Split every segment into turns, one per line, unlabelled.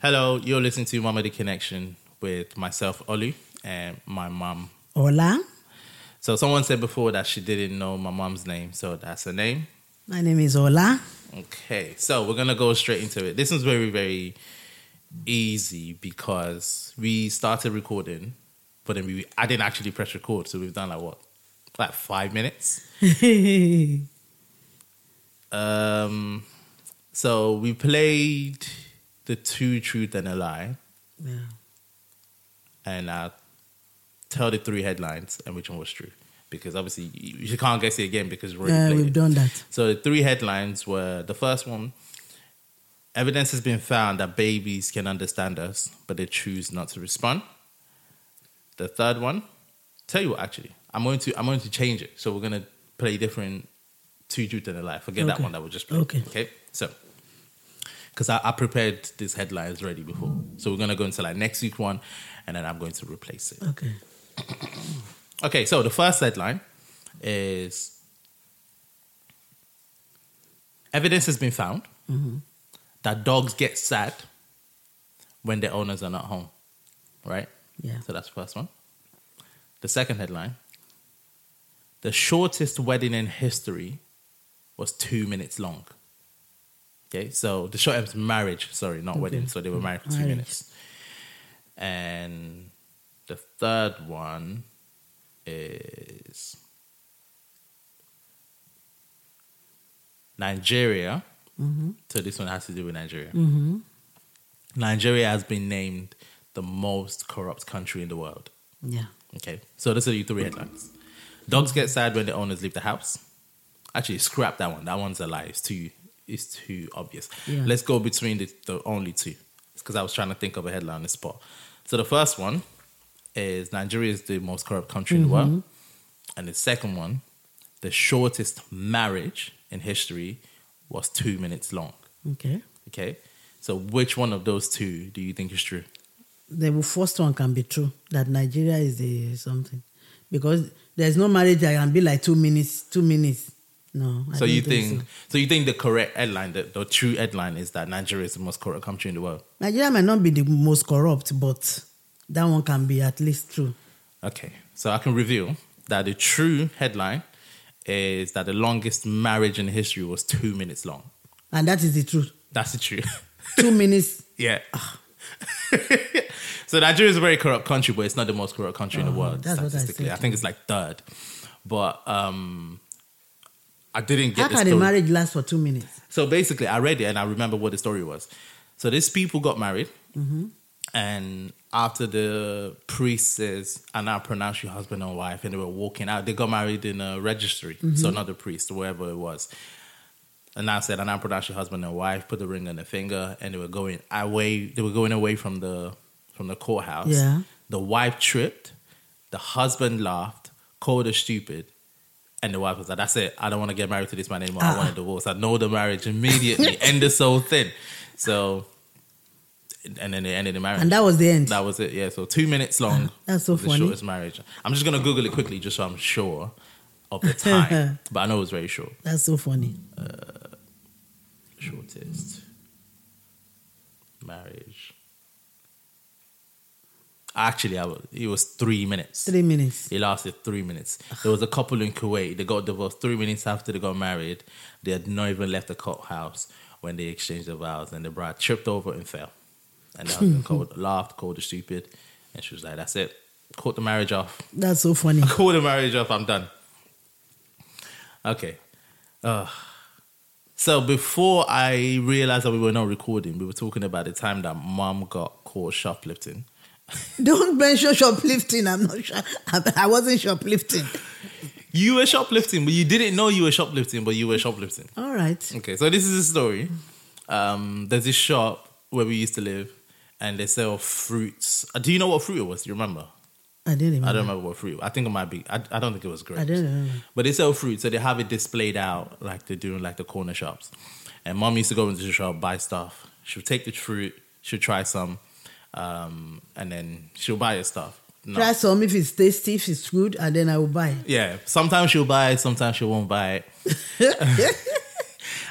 Hello, you're listening to Mama the Connection with myself, Olu, and my mum.
Hola,
So someone said before that she didn't know my mum's name, so that's her name.
my name is Hola.
Okay, so we're gonna go straight into it. This is very, very easy because we started recording, but then we I didn't actually press record, so we've done like what, like five minutes.
yeah,
Um, so we played the two truth and a lie,
Uh,
and I tell the three headlines and which one was true because obviously you you can't guess it again because we're
yeah,
played
we've
it.
done that.
So the three headlines were the first one evidence has been found that babies can understand us, but they choose not to respond. The third one, tell you what actually, I'm going to I'm going to change it. So we're gonna play different two truth and a lie. Forget that
Okay.
one that we just played.
Okay.
Okay. So because I, I prepared these headlines already before. So we're gonna go into like next week one and then I'm going to replace it.
Okay.
Okay, so the first headline is evidence has been found that dogs get sad when their owners are not home. Right?
Yeah.
So that's the first one. The second headline the shortest wedding in history was two minutes long. Okay, so the short was marriage, sorry, not wedding. So they were married for two
Marriage.
minutes. And the third one is Nigeria. So this one has to do with Nigeria. Nigeria has been named the most corrupt country in the world.
Yeah.
Okay, so those are the three headlines. Dogs get sad when the owners leave the house. Actually, scrap that one. That one's a lie. It's too, it's too obvious.
Yeah.
Let's go between the, the only two. It's because I was trying to think of a headline on the spot. So the first one is Nigeria is the most corrupt country in the world. And the second one, the shortest marriage in history was two minutes long.
Okay.
Okay. So which one of those two do you think is true?
The first one can be true that Nigeria is the something because there's no marriage that can be like two minutes. Two minutes. No. I
So
don't
you think, so. you think the correct headline, the, the true headline is that Nigeria is the most corrupt country in the world.
so. Nigeria might not be the most corrupt, but that one can be at least true.
Okay. So I can reveal that the true headline is that the longest marriage in history was two minutes long.
And that is the truth.
That's the truth.
Two minutes.
yeah. so Nigeria is a very corrupt country, but it's not the most corrupt country in the
Oh,
world
that's what I
statistically.
said
I, think it's like third. But um I didn't
How
get the
can a
story.
marriage last for two minutes?
So basically, I read it and I remember what the story was. So these people got married, and after the priest says, "I now pronounce you husband and wife," and they were walking out, they got married in a registry. So not the priest, wherever it was. And I said, "I now pronounce you husband and wife." Put the ring on the finger, and they were going away. They were going away from the from the courthouse.
Yeah.
The wife tripped. The husband laughed, called her stupid, and the wife was like, "That's it. I don't want to get married to this man anymore. I
Ah.
want to divorce. I know the marriage immediately. End this whole thing." So, and then they ended the marriage.
And that was the end.
That was it. Yeah. So two minutes long.
That's so
was
funny.
The shortest marriage. I'm just gonna Google it quickly, just so I'm sure of the time. but I know it was very short.
That's so funny.
Shortest marriage. Actually, I was, it was three minutes.
Three minutes.
It lasted three minutes. There was a couple in Kuwait. They got divorced three minutes after they got married. They had not even left the courthouse when they exchanged their vows, and the bride tripped over and fell. And the husband called, laughed, called her stupid, and she was like, "That's it. Caught the marriage off.
That's so funny.
Caught the marriage off. I'm done." Okay. Ugh. so before I realized that we were not recording, we were talking about the time that mom got caught shoplifting.
Don't mention shoplifting. I'm not sure. I wasn't shoplifting.
You were shoplifting, but you didn't know you were shoplifting, but you were shoplifting.
All right.
Okay, so this is a story. Um, there's this shop where we used to live, and they sell fruits. Uh, Do you know what fruit it was? Do you remember?
I didn't even.
I don't remember what fruit. I think it might be. I, I don't think it was grapes.
I don't remember.
But they sell fruit, so they have it displayed out like they're doing like the corner shops. And mom used to go into the shop, buy stuff. She would take the fruit, she'll try some, um, and then she'll buy her stuff. No.
Try some if it's tasty, if it's good, and then I will buy.
Yeah, sometimes she'll buy it, sometimes she won't buy it.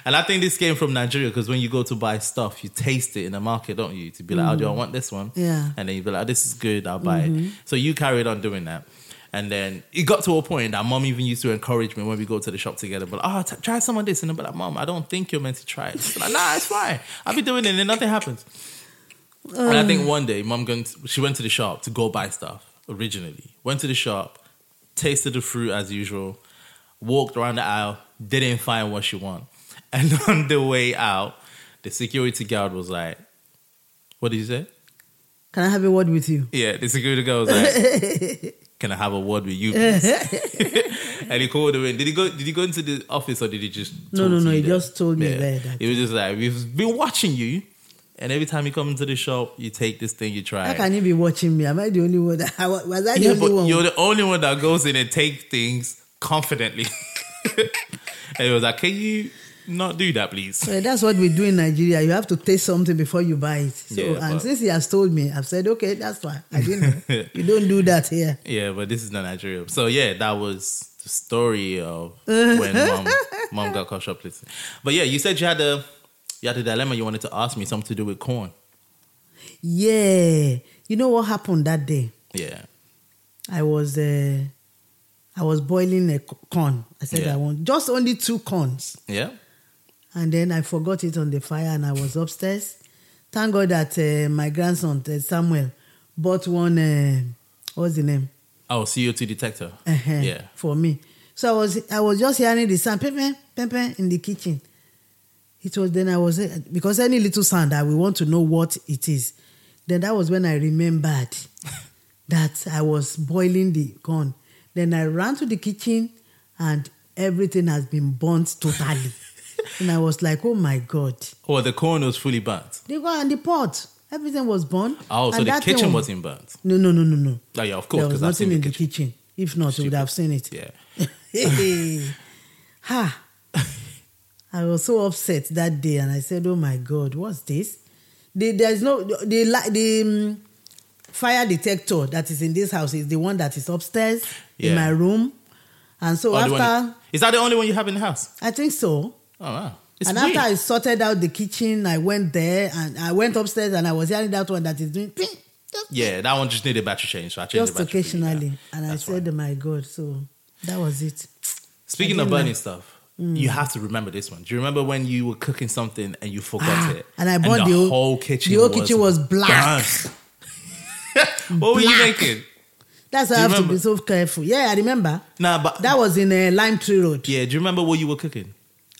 And I think this came from Nigeria because when you go to buy stuff, you taste it in the market, don't you? To be like, oh, do I want this one?
Yeah.
And then you'd be like, this is good, I'll buy it. So you carried on doing that. And then it got to a point that mom even used to encourage me when we go to the shop together, but oh, t- try some of this. And I'm like, mom, I don't think you're meant to try it. She's like, nah, it's fine. I'll be doing it and nothing happens. and I think one day, mom going to, she went to the shop to go buy stuff originally. Went to the shop, tasted the fruit as usual, walked around the aisle, didn't find what she wanted. And on the way out, the security guard was like, What did you say?
Can I have a word with you?
Yeah, the security guard was like, Can I have a word with you, please? and he called her in. Did he go did he go into the office or did he just
No,
talk
no,
to
no,
you
he
there?
just told me there that-
He was just like, We've been watching you and every time you come into the shop, you take this thing, you try
How
it."
can you be watching me? Am I the only one? That, was I the
Yeah,
only
but
one?
you're the only one that goes in and take things confidently. and he was like, Can you not do that, please?
Well, Eh, that's what we do in Nigeria. You have to taste something before you buy it. So,
Yeah,
and
but-
since he has told me, I've said, okay, that's fine. I didn't know. you don't do that here.
Yeah, but this is not Nigeria. So yeah, that was the story of when mom mom got caught shoplifting. But yeah, you said you had a you had a dilemma you wanted to ask me something to do with corn.
Yeah. You know what happened that day?
Yeah.
I was uh, I was boiling a c- corn. I said
Yeah.
I want just only two corns.
Yeah.
And then I forgot it on the fire and I was upstairs. Thank God that uh, my grandson, uh, Samuel, bought one, uh, what's the name?
Oh, CO2 detector.
uh
Yeah.
for me. So I was I was just hearing the sound pim, pim, pim, pim, in the kitchen. It was then I was eh, because any little sound I will want to know what it is. Then that was when I remembered that I was boiling the corn. Then I ran to the kitchen and everything has been burnt totally. and I was like, oh my God.
Well, the corn was fully burnt.
They go and the pot. Everything was burnt.
Oh, so
And
the
that thing
kitchen
was-
wasn't burnt.
No, no, no, no, no.
Oh yeah, of course,
There was
because I've seen
nothing
the
in the
kitchen.
kitchen. If not, we
Stupid.
would have seen it.
Yeah.
ha! I was so upset that day, and I said, "Oh my God, what's this? The, there's no the li- the um, fire detector that is in this house is the one that is upstairs in
Yeah.
my room, and so
Oh, the one-
after
is that the only one you have in the house?
I think so,
Oh wow. It's
and
weird.
after I sorted out the kitchen, I went there and I went upstairs and I was hearing that one that is doing ping, just,
yeah, that one just needed battery change, so I changed
just
the battery. for you now.
occasionally, and I
That's fine.
said, "Oh my God!" So that was it.
Speaking
I
of
didn't Mm.
burning
like-
stuff, you have to remember this one. Do you remember when you were cooking something and you forgot
Ah,
it?
and I bought the whole-
whole kitchen.
the whole kitchen was black.
burnt? what were you
Black.
making?
That's why I
Do you
have to be
remember?
so careful. Yeah, I remember.
Nah, but
That was in uh, Lime Tree Road.
yeah. Do you remember what you were cooking?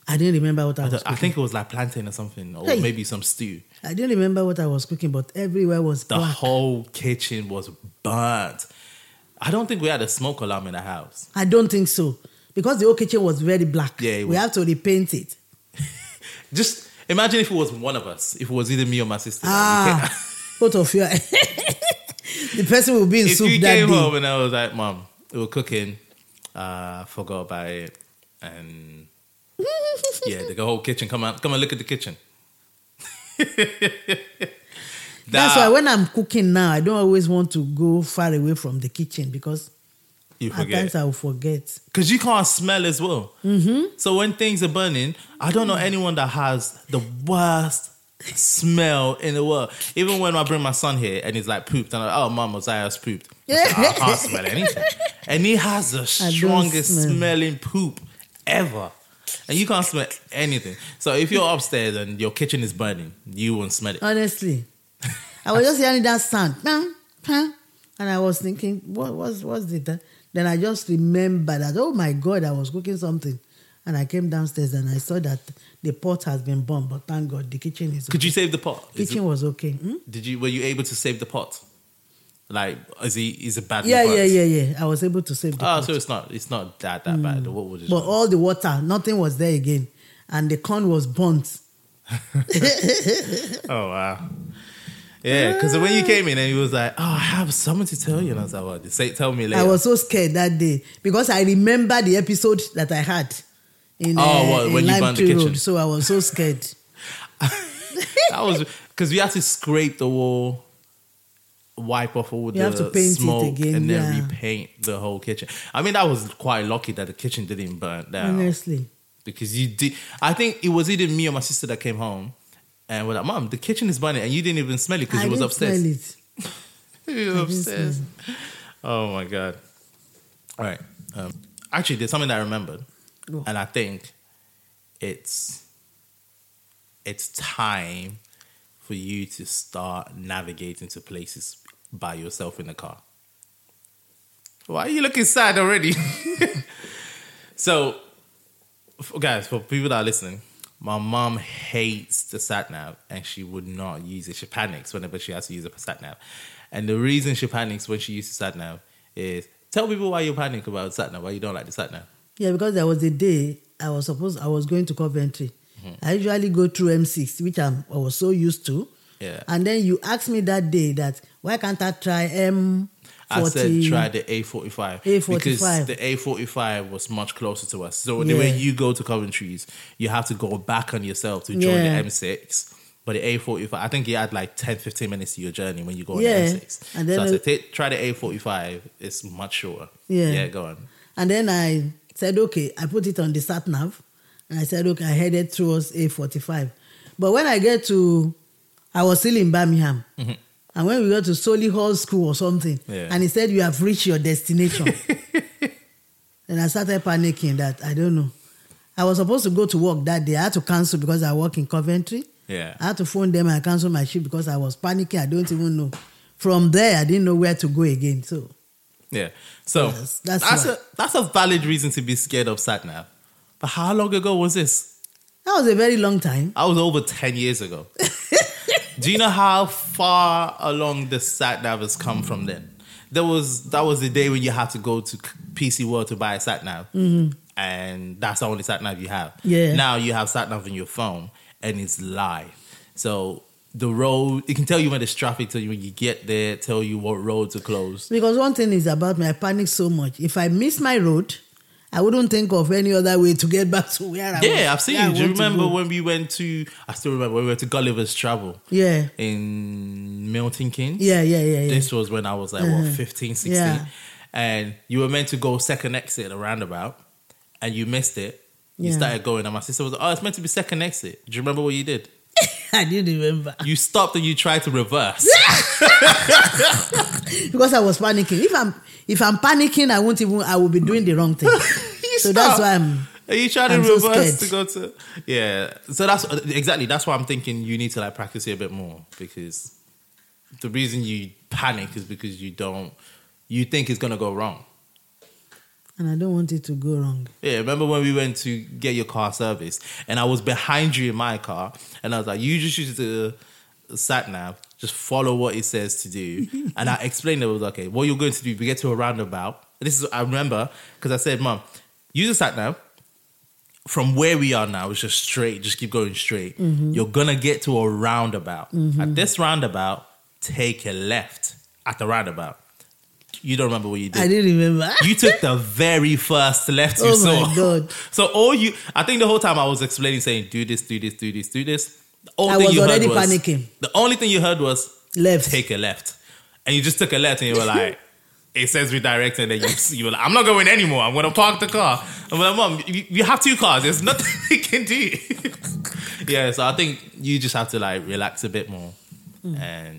I didn't remember what I was
I
cooking.
think it was like plantain or something, or
Hey.
maybe some stew.
I didn't remember what I was cooking, but everywhere was
The
black.
whole kitchen was burnt. I don't think we had a smoke alarm in the house.
I don't think so. Because the whole kitchen was very black.
Yeah, it
we
was.
have to repaint it.
Just imagine if it was one of us. If it was either me or my sister. like, we
Ah,
came-
both of you. the person will be in
if
soup
you
that day.
came home and I was like, Mom, we were cooking, uh, forgot about it, and yeah, the whole kitchen. Come on, come and look at the kitchen.
That's
Nah,
why when I'm cooking now, I don't always want to go far away from the kitchen because
you
at times
forget
I will forget.
because you can't smell as well. Mm-hmm. So when things are burning, I don't know
Mm.
anyone that has the worst smell in the world. Even when I bring my son here and he's like pooped, and I'm like, oh, Mom, Isaiah's pooped. I said, I can't smell anything, and he has the
don't
strongest
smell.
smelling poop ever. And you can't smell anything. So if you're upstairs and your kitchen is burning, you won't smell it.
Honestly, I was just hearing that sound, "Pam, pam," and I was thinking, what was what's the th-" Then I just remembered that oh my god, I was cooking something, and I came downstairs and I saw that the pot has been burned, but thank God the kitchen is.
Could you save the pot? Is
kitchen was okay. Hmm?
it- did you were you able to save the pot? Like is he is it bad?
Yeah, yeah, yeah, yeah. I was able to save the
Oh,
pot,
so it's not it's not that that bad.
Mm.
What would it?
but all the water, nothing was there again, and the corn was burnt.
Oh wow. Yeah, because when
Uh.
you came in and he was like, "Oh, I have something to tell you," and I was like, "What? Say, tell me later."
I was so scared that day because I remember the episode that I had in,
Oh,
uh,
what,
in
when you
Lime
burned the
Tree
kitchen?
Road. So I was so scared.
that was because we had to scrape the wall, wipe off all
You
the
have to paint it
smoke,
again,
and then
yeah.
repaint the whole kitchen. I mean, that was quite lucky that the kitchen didn't burn down.
Honestly.
because you did. I think it was either me or my sister that came home and were like, "Mom, the kitchen is burning," and you didn't even smell it because
I
you was
didn't
upstairs.
smell
you were
it. I didn't smell
upstairs. Oh my god! All right. Um, actually, there's something that I remembered,
Go.
and I think it's it's time for you to start navigating to places by yourself in the car. Why are you looking sad already? so, f- guys, for people that are listening, my mom hates the sat nav and she would not use it. She panics whenever she has to use a sat nav. And the reason she panics when she uses sat nav is tell people why you panic about sat nav, why you don't like the sat nav.
Yeah, because there was a day I was supposed I was going to Coventry.
Mm-hmm.
I usually go through M6, which I'm, I was so used to.
Yeah.
And then you asked me that day that why can't I try M40?
I said try the A45 because
A45.
the A45 was much closer to us. So the way
Yeah.
you go to Coventry's, you have to go back on yourself to join
Yeah.
the M6. But the A45, I think you had like 10, 15 minutes to your journey when you go on
Yeah.
the M6.
And
so I
then
said, "Ta- try the A45. It's much shorter.
Yeah.
Yeah, go on.
And then I said, okay, I put it on the sat nav. And I said, okay, I headed towards A45. But when I get to, I was still in Birmingham. And when we got to Solihull School or something,
Yeah.
and he said, you have reached your destination. and I started panicking that I don't know. I was supposed to go to work that day. I had to cancel because I work in Coventry.
Yeah.
I had to phone them and cancel my shift because I was panicking. I don't even know. From there, I didn't know where to go again. So
Yeah. So
Yes,
that's
that's
that's
why.
a, that's a valid reason to be scared of sat nav. But how long ago was this?
that was a very long time.
I was over 10 years ago. Do you know how far along the sat nav has come from then? There was that was the day when you had to go to PC World to buy a sat nav, and that's the only sat nav you have.
Mm-hmm. Yeah.
Now you have sat nav on your phone, and it's live. So the road it can tell you when there's traffic, tell you when you get there, tell you what roads are closed.
Because one thing is about me, I panic so much. If I miss my road, I wouldn't think of any other way to get back to where I was.
Yeah, I've seen
where I
you. Do you
want to
remember
go.
when we went to? I still remember when we went to Gulliver's Travel
Yeah,
in Milton Keynes.
yeah, yeah, yeah, yeah.
this was when I was like what 15, 16.
Mm-hmm. Yeah.
And you were meant to go second exit at a roundabout and you missed it. You
Yeah.
started going and my sister was like, Oh, it's meant to be second exit. Do you remember what you did?
I didn't remember
You stopped and you tried to reverse.
because I was panicking. If I'm if I'm panicking, I won't even. I will be doing the wrong thing.
You
so that's
stopped.
why I'm.
Are you trying to
I'm so
reverse to go
scared.
to Yeah. So that's exactly that's why I'm thinking you need to like practice it a bit more because the reason you panic is because you don't you think it's gonna go wrong.
And I don't want it to go wrong.
Yeah, remember when we went to get your car serviced and I was behind you in my car and I was like, you just use the sat nav, just follow what it says to do. and I explained it was okay, what you're going to do, we get to a roundabout. And this is I remember because I said, Mom, use the sat nav. From where we are now, it's just straight, just keep going straight. You're gonna get to a roundabout. At this roundabout, take a left at the roundabout. You don't remember what you did
I didn't remember.
you took the very first left you
Oh
saw.
my God.
So all you, I think the whole time I was explaining, saying, "Do this, do this, do this, do this." The only
I
thing
was
you
already
heard was,
panicking.
The only thing you heard was
Left.
take a left, and you just took a left, and you were like, "It says redirect," and then you, you were like, "I'm not going anymore. I'm going to park the car." I'm like, "Mom, you, you have two cars. There's nothing we can do." yeah, so I think you just have to like relax a bit more,
Hmm.
and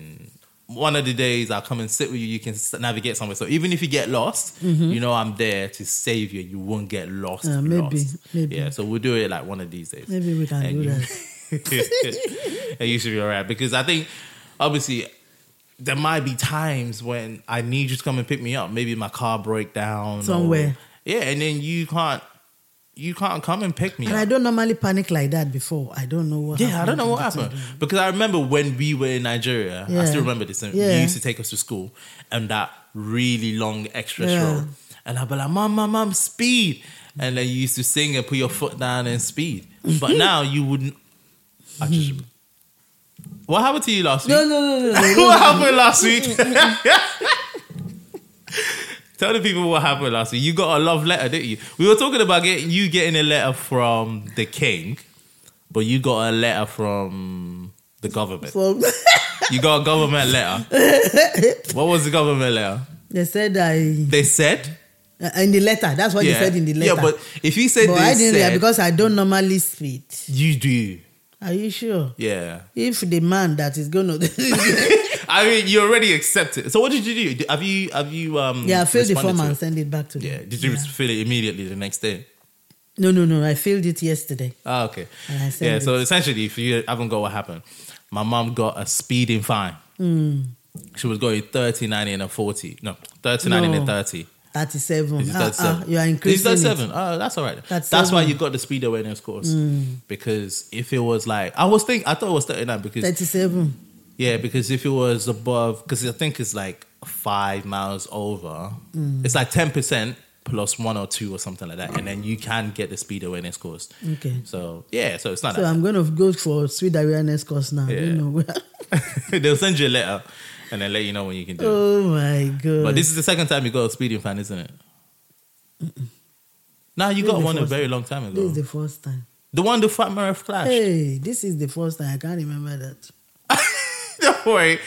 one of the days I'll come and sit with you. You can s- navigate somewhere. So even if you get lost, you know I'm there to save you. You won't get lost.
Mm-hmm. Uh, maybe,
lost.
maybe.
Yeah, so we'll do it like one of these days.
Maybe we can
And
do
you-
that.
and you should be all right because I think obviously there might be times when I need you to come and pick me up. Maybe my car break down or-
Somewhere.
yeah, and then you can't you can't come and pick me
And I
up.
don't normally panic like that before. I don't know what.
yeah, I don't
happened
know what
to
happened because I remember when we were in Nigeria. I
Yeah.
still remember this. And You
Yeah.
used to take us to school and that really long express
Yeah.
road, and I'd be like, "Mom, mom, mom, speed!" And then you used to sing and put your foot down and speed.
Mm-hmm.
But now you wouldn't. I just. What happened to you last week?
No, no, no, no, no.
what happened last week?
Mm,
Tell the people what happened last week. You got a love letter, didn't you? We were talking about getting you getting a letter from the king, but you got a letter from the government.
For-
You got a government letter. what was the government letter?
they said I.
They said
Uh, in the letter, that's what you said in the letter.
Yeah, but if you said
But
they
I didn't
said,
because I don't normally speak.
you do.
Are you sure?
Yeah.
If the man that is going to,
I mean, you already accepted. So what did you do? Did- Have you have you um?
yeah, fill the
responded
form
to
and
it?
send it back to
Yeah.
them.
Did you fill it immediately the next day?
No, no, no. I filled it yesterday.
Ah, okay.
And I sent
Yeah. So essentially, if you haven't got what happened, my mom got a speeding fine.
Mm.
She was going 30, 90, and a 40. No, 30, 90, and a
No.
30.
Thirty-seven.
It's
Ah,
37.
ah, you are increasing.
It's
It.
37. Oh, that's all right. That's,
That's
why
seven. Mm.
you got the speed awareness course. Because if it was like, I was thinking, I thought it was 39 because,
Thirty-seven.
yeah, because if it was above, because I think it's like five miles over,
Mm.
it's like 10% plus one or two or something like that. And then you can get the speed awareness course.
Okay.
So, yeah, so it's not
So
that.
I'm going to go for speed awareness course now.
Ah. Yeah.
You know.
They'll send you a letter and then let you know when you can do it.
oh my god.
But this is the second time you got a speeding fine, isn't it? No, you
This is
got
the
one a
first
very long time ago.
This is the first time.
The one the Fat Mara flashed.
Hey, this is the first time. I can't remember that.
Don't worry.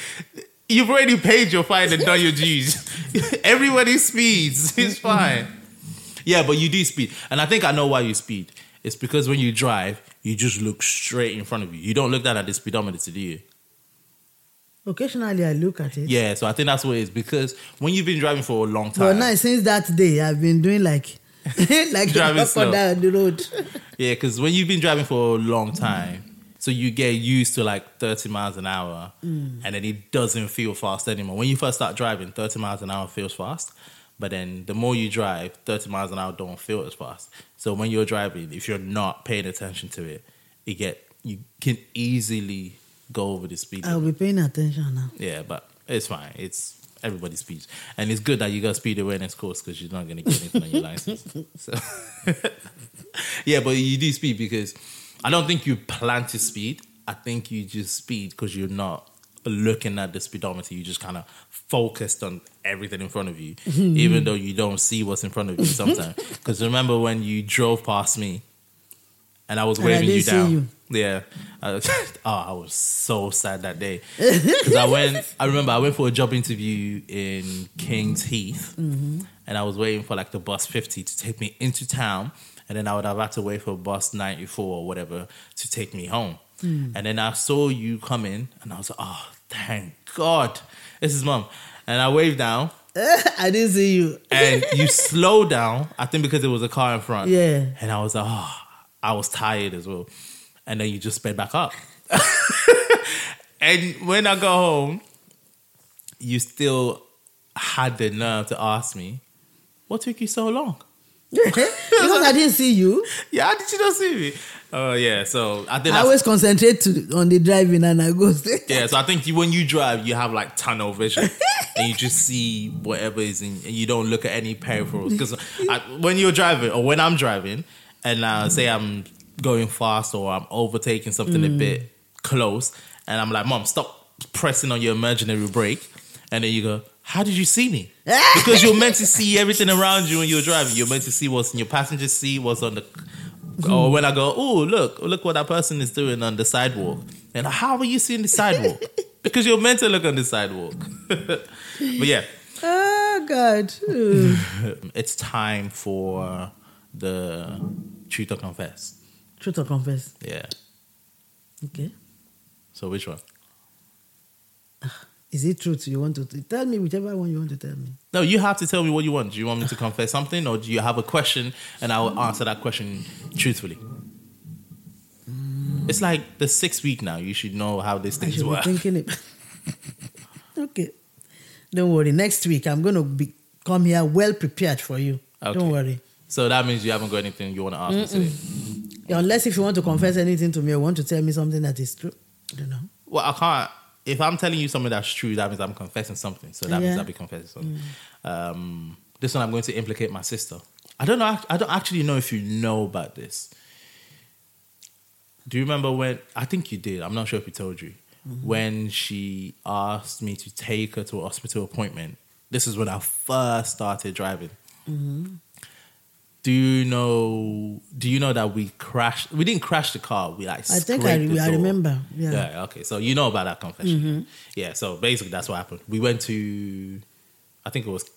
You've already paid your fine and done your dues. Everybody speeds. It's fine. Yeah, but you do speed. And I think I know why you speed. It's because when you drive, you just look straight in front of you. You don't look down at the speedometer, do you?
Occasionally, I look at it.
Yeah, so I think that's what it is. Because when you've been driving for a long
But
time.
now, since that day, I've been doing like, like
Driving
up
slow.
and down the road.
Yeah, because when you've been driving for a long time, so you get used to like 30 miles an hour and then it doesn't feel fast anymore. When you first start driving, 30 miles an hour feels fast. But then the more you drive, 30 miles an hour don't feel as fast. So when you're driving, if you're not paying attention to it, you get you can easily go over the speed.
I'll be paying attention now.
Yeah, but it's fine. It's everybody's speeds, and it's good that you got speed awareness course because you're not going to get anything on your license. So, yeah, but you do speed because I don't think you plan to speed. I think you just speed because you're not looking at the speedometer. You just kind of focused on everything in front of you, even though you don't see what's in front of you sometimes. Because remember when you drove past me and I was
And I
waving you
didn't see
down.
you.
Yeah. I was- oh, I was so sad that day because I went. I remember I went for a job interview in Kings Heath,
Mm-hmm.
and I was waiting for like the bus fifty to take me into town, and then I would have had to wait for bus ninety four or whatever to take me home.
Mm.
And then I saw you come in, and I was like, "Oh, thank God, this is mom." And I waved down,
I didn't see you.
and you slowed down. I think because there was a car in front.
Yeah.
And I was like, oh, I was tired as well. And then you just sped back up. and when I got home, you still had the nerve to ask me, what took you so long?
because I didn't see you,
Yeah, how did you not see me? Oh, yeah. So I think
I
that's
always concentrate to, on the driving and I go.
Yeah, so I think you, when you drive, you have like tunnel vision, and you just see whatever is in, and you don't look at any peripherals. Because when you're driving, or when I'm driving, and uh, say I'm going fast or I'm overtaking something a bit close, and I'm like, "Mom, stop pressing on your imaginary brake," and then you go, "How did you see me?" Because you're meant to see everything around you when you're driving. You're meant to see what's in your passenger seat, what's on the or when I go, oh look, look what that person is doing on the sidewalk, and how are you seeing the sidewalk? because you're meant to look on the sidewalk. but yeah,
oh God. Hmm. Ooh.
it's time for the truth or confess.
Truth or confess?
Yeah.
Okay.
So which one?
Is it truth you want to t- tell me? Whichever one you want to tell me.
No, you have to tell me what you want. Do you want me to confess something, or do you have a question, and I will answer that question truthfully? It's like the sixth week now. You should know how these
Mm. I
things
should be
work.
thinking it. okay. Don't worry. Next week I'm going to be come here well prepared for you.
Okay.
Don't worry.
So that means you haven't got anything you want to ask me today.
Unless if you want to confess anything to me or want to tell me something that is true. I don't know.
Well, I can't. If I'm telling you something that's true, that means I'm confessing something. So that means
Yeah.
I'll be confessing something. Um, this one, I'm going to implicate my sister. I don't know. I don't actually know if you know about this. Do you remember when? I think you did. I'm not sure if you told you. When she asked me to take her to a hospital appointment, this is when I first started driving. Do you know? Do you know that we crashed? We didn't crash the car. We like
I think I,
scraped
re-
the
I
door.
remember. Yeah. Mm-hmm.
Yeah, okay. So you know about that confession. Yeah, so basically that's what happened. We went to I think it was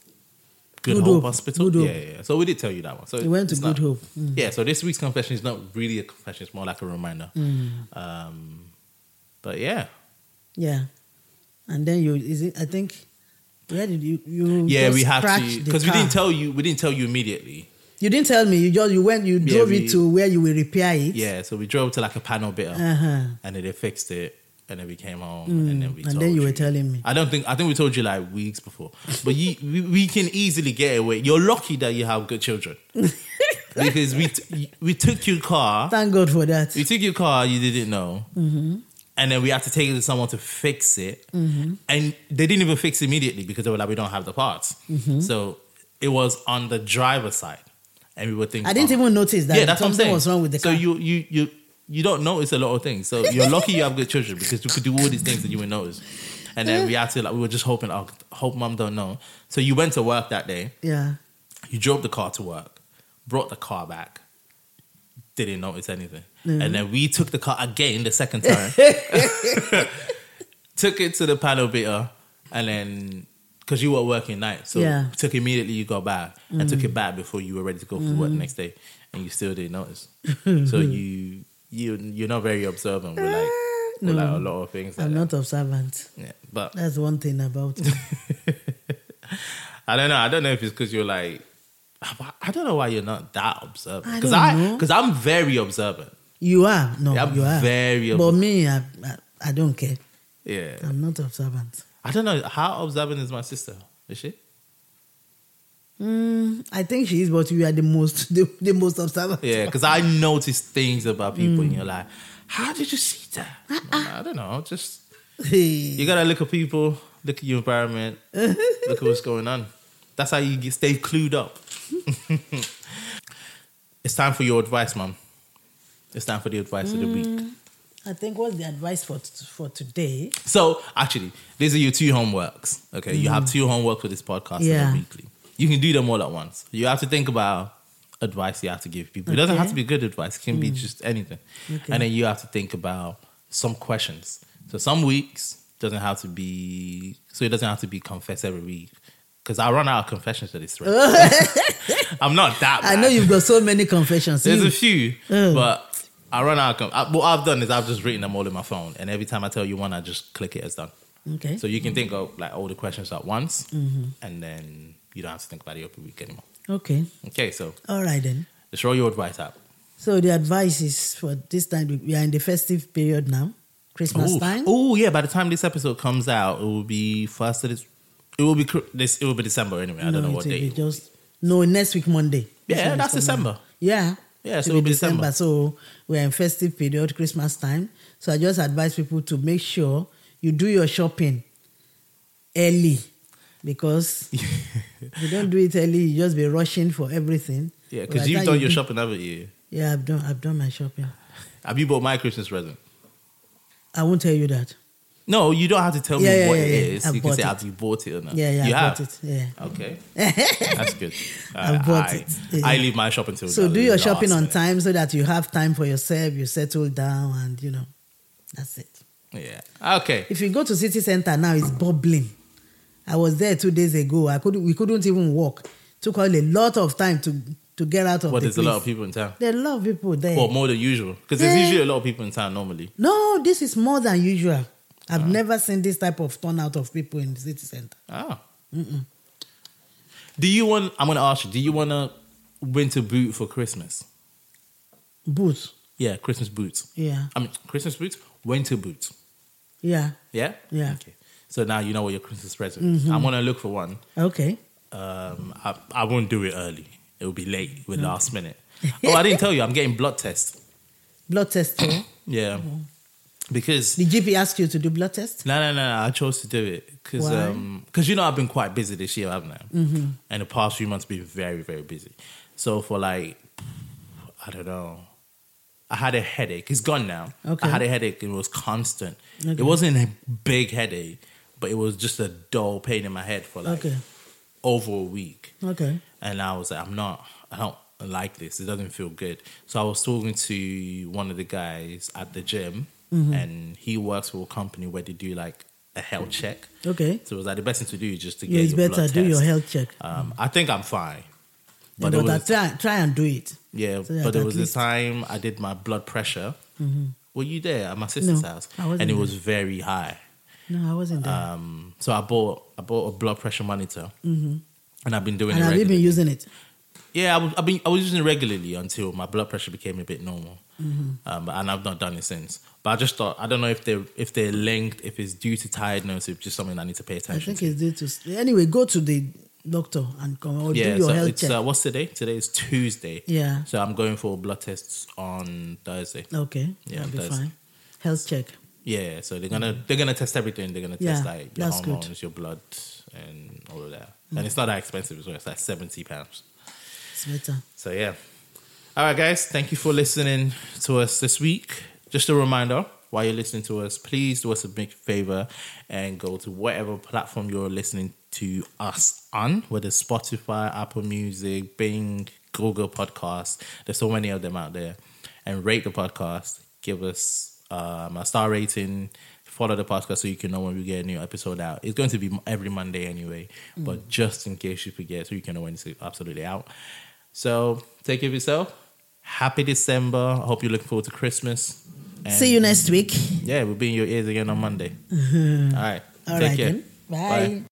Good,
Good
Hope,
Hope.
Hospital.
Good Hope.
Yeah, yeah, yeah. So we did tell you that one. So
You went to
it's
Good
not-
Hope. Mm.
Yeah. So this week's confession is not really a confession; it's more like a reminder.
Mm.
Um, but yeah,
Yeah. And then you is it I think where did you you
yeah,
just
we had
scratched
to
the
because we didn't
car.
tell you. We didn't tell you immediately.
You didn't tell me. You just you went. You
Yeah,
drove
we-
it to where you will repair it.
Yeah. So we drove to like a panel bitter,
Uh huh.
and then they fixed it, and then we came home, and then we.
Mm, And
told
then you were telling me.
I don't think I think we told you like weeks before, but you we, we can easily get away. You're lucky that you have good children because we t- we took your car,
Thank God for that.
we took your car, you didn't know,
Mm-hmm.
and then we had to take it to someone to fix it, and they didn't even fix immediately because they were like we don't have the parts,
Mm-hmm.
so it was on the driver's side, and we were thinking
I didn't
oh,
even notice that
yeah, that's what I'm
something
saying.
was wrong with the
so
car.
you you you you don't notice a lot of things. So you're lucky you have good children because you could do all these things that you would notice. And then we had to like we were just hoping, oh, hope mom don't know. So you went to work that day.
yeah.
You drove the car to work, brought the car back, didn't notice anything, and then we took the car again the second time, took it to the panel beater, and then because you were working night, so
Yeah.
took immediately you got back and took it back before you were ready to go for work the next day, and you still didn't notice. so you you you're not very observant with like with like a lot of things. Like
I'm
that.
not observant.
Yeah, but
That's one thing about me.
I don't know. I don't know if it's because you're like, I don't know why you're not that observant.
I
Because
don't
I,
know.
because I'm very observant.
you are no,
Yeah, I'm
you are
very
But
obs-
me, I, I I don't care.
Yeah,
I'm not observant.
I don't know how observant is my sister. Is she?
Mm, I think she is, but you are the most the, the most observant.
Yeah, because I notice things about people,
Mm.
and you're like, how did you see that?
Uh-uh.
I'm like, I don't know. Just you gotta look at people, look at your environment, look at what's going on. That's how you get, stay clued up. it's time for your advice, mom. It's time for the advice of the week.
I think what's the advice for for today?
So actually, these are your two homeworks. Okay, you have two homeworks for this podcast and
Mm. Yeah.
then weekly. You can do them all at once. You have to think about advice you have to give people. It doesn't have
Okay.
to be
Mm.
good advice; it can be just anything.
Okay.
And then you have to think about some questions. So some weeks doesn't have to be. So it doesn't have to be confess every week because I run out of confessions at this rate. I'm not that.
I
bad.
know you've got so many confessions.
There's
You-
a few,
Mm.
but I run out. Of, I, what I've done is I've just written them all in my phone, and every time I tell you one, I just click it as done.
okay.
So you can think of like all the questions at once,
Mm-hmm.
and then you don't have to think about the open week anymore.
okay.
Okay, so
All right then.
just roll your advice out.
So the advice is for this time we are in the festive period now, Christmas time.
Oh yeah, by the time this episode comes out, it will be first. Of this, it will be cr- this. It will be December anyway. I don't know
it
what
will
day.
be Just no next week Monday. This
yeah,
one
that's
is coming
December.
out. Yeah.
Yeah,
It
so
will
it'll be December.
So we are in festive period, Christmas time. So I just advise people to make sure you do your shopping early because if you don't do it early, you just be rushing for everything.
yeah,
By
because
the
you've
time
done
you
your
do-
shopping, haven't you?
Yeah, I've done. I've done my shopping.
Have you bought my Christmas present?
I won't tell you that.
Uh, No, you don't have to tell
Yeah,
me
yeah,
what
yeah,
it
yeah.
is.
I
you can
bought
say
it.
have you bought it or not.
Yeah, yeah,
you
I
have.
bought it. Yeah.
Okay, that's good.
I bought
I,
it. Yeah.
I leave my shopping till.
So
the
do your
last
shopping on
minute.
time so that you have time for yourself, you settle down, and you know, that's it.
Yeah. Okay.
If you go to city center now, it's bubbling. I was there two days ago. I could not we couldn't even walk. Took all a lot of time to to get out of
Well,
the
there's a lot of
place.
people in town.
There are a lot of people there.
Well, more than usual. Because there's
Yeah.
usually a lot of people in town normally.
no, this is more than usual.
Uh-huh.
I've never seen this type of turnout of people in the city center.
Ah. Do you want, I'm going to ask you, do you want to winter boot for Christmas?
Boots.
Yeah, Christmas boots.
Yeah.
I mean, Christmas boots, winter boots.
Yeah.
Yeah?
Yeah. Mm-hmm.
Okay. So now you know what your Christmas present I'm going to look for one.
Okay.
Um, I, I won't do it early. It'll be late with last minute. Oh, I didn't tell you, I'm getting blood tests.
Blood test. eh?
Yeah. Because
the GP asked you to do blood test?
No, no, no. no, I chose to do it because
Why? Mm-hmm.
you know I've been quite busy this year, haven't I? And the past few months been very very busy. So for like, I don't know. I had a headache. It's gone now.
Okay.
I had a headache. It was constant.
Okay.
It wasn't a big headache, but it was just a dull pain in my head for like
Okay.
over a week.
Okay.
And I was like, I'm not, I don't like this. It doesn't feel good. So I was talking
Mm-hmm.
to one of the guys at the gym, and he works for a company where they do like a health check.
Okay.
So it was like the best thing to do is just to
Yeah,
get
it's
your
better.
blood
Do your
test.
health check.
Um, I think I'm fine.
But,
But there
I
was,
try, try and do it.
yeah,
so that
but there
at
was
least- Mm-hmm.
this time I did my blood pressure. Were you there at my sister's house?
I wasn't
and it
there.
was very high.
No, I wasn't there.
Um, so I bought I bought a blood pressure monitor, and I've been doing
Mm-hmm. and
it.
have
Regularly.
you been using it?
yeah, I was, I've been I was using it regularly until my blood pressure became a bit normal, um, and I've not done it since. But I just thought I don't know if they are if they're linked, if it's due to tiredness, if it's just something I need to pay
I
attention
think
to.
it's due to. Anyway, go to the doctor and come or
yeah,
do your
so
health
it's
check.
uh, what's today? Today is Tuesday.
Yeah.
So I'm going for blood tests on Thursday.
okay.
Yeah,
That'll be
that's-
fine. Health check.
Yeah, so they're gonna they're gonna test everything. They're gonna test
Yeah,
like your
that's good.
hormones, your blood, and all of that. And it's not that expensive as well. It's like seventy pounds.
It's better.
So yeah. All right, guys. Thank you for listening to us this week. Just a reminder: while you're listening to us, please do us a big favor and go to whatever platform you're listening to us on, whether it's Spotify, Apple Music, Bing, Google Podcasts. There's so many of them out there. And rate the podcast. Give us um, a star rating. Follow the podcast so you can know when we get a new episode out. It's going to be every Monday anyway, but just in case you forget, so you can know when it's absolutely out. So take care of yourself. Happy December. I hope you're looking forward to Christmas. And
See you next week.
Yeah, we'll be in your ears again on Monday. All right.
All
take
right
care.
then. Bye.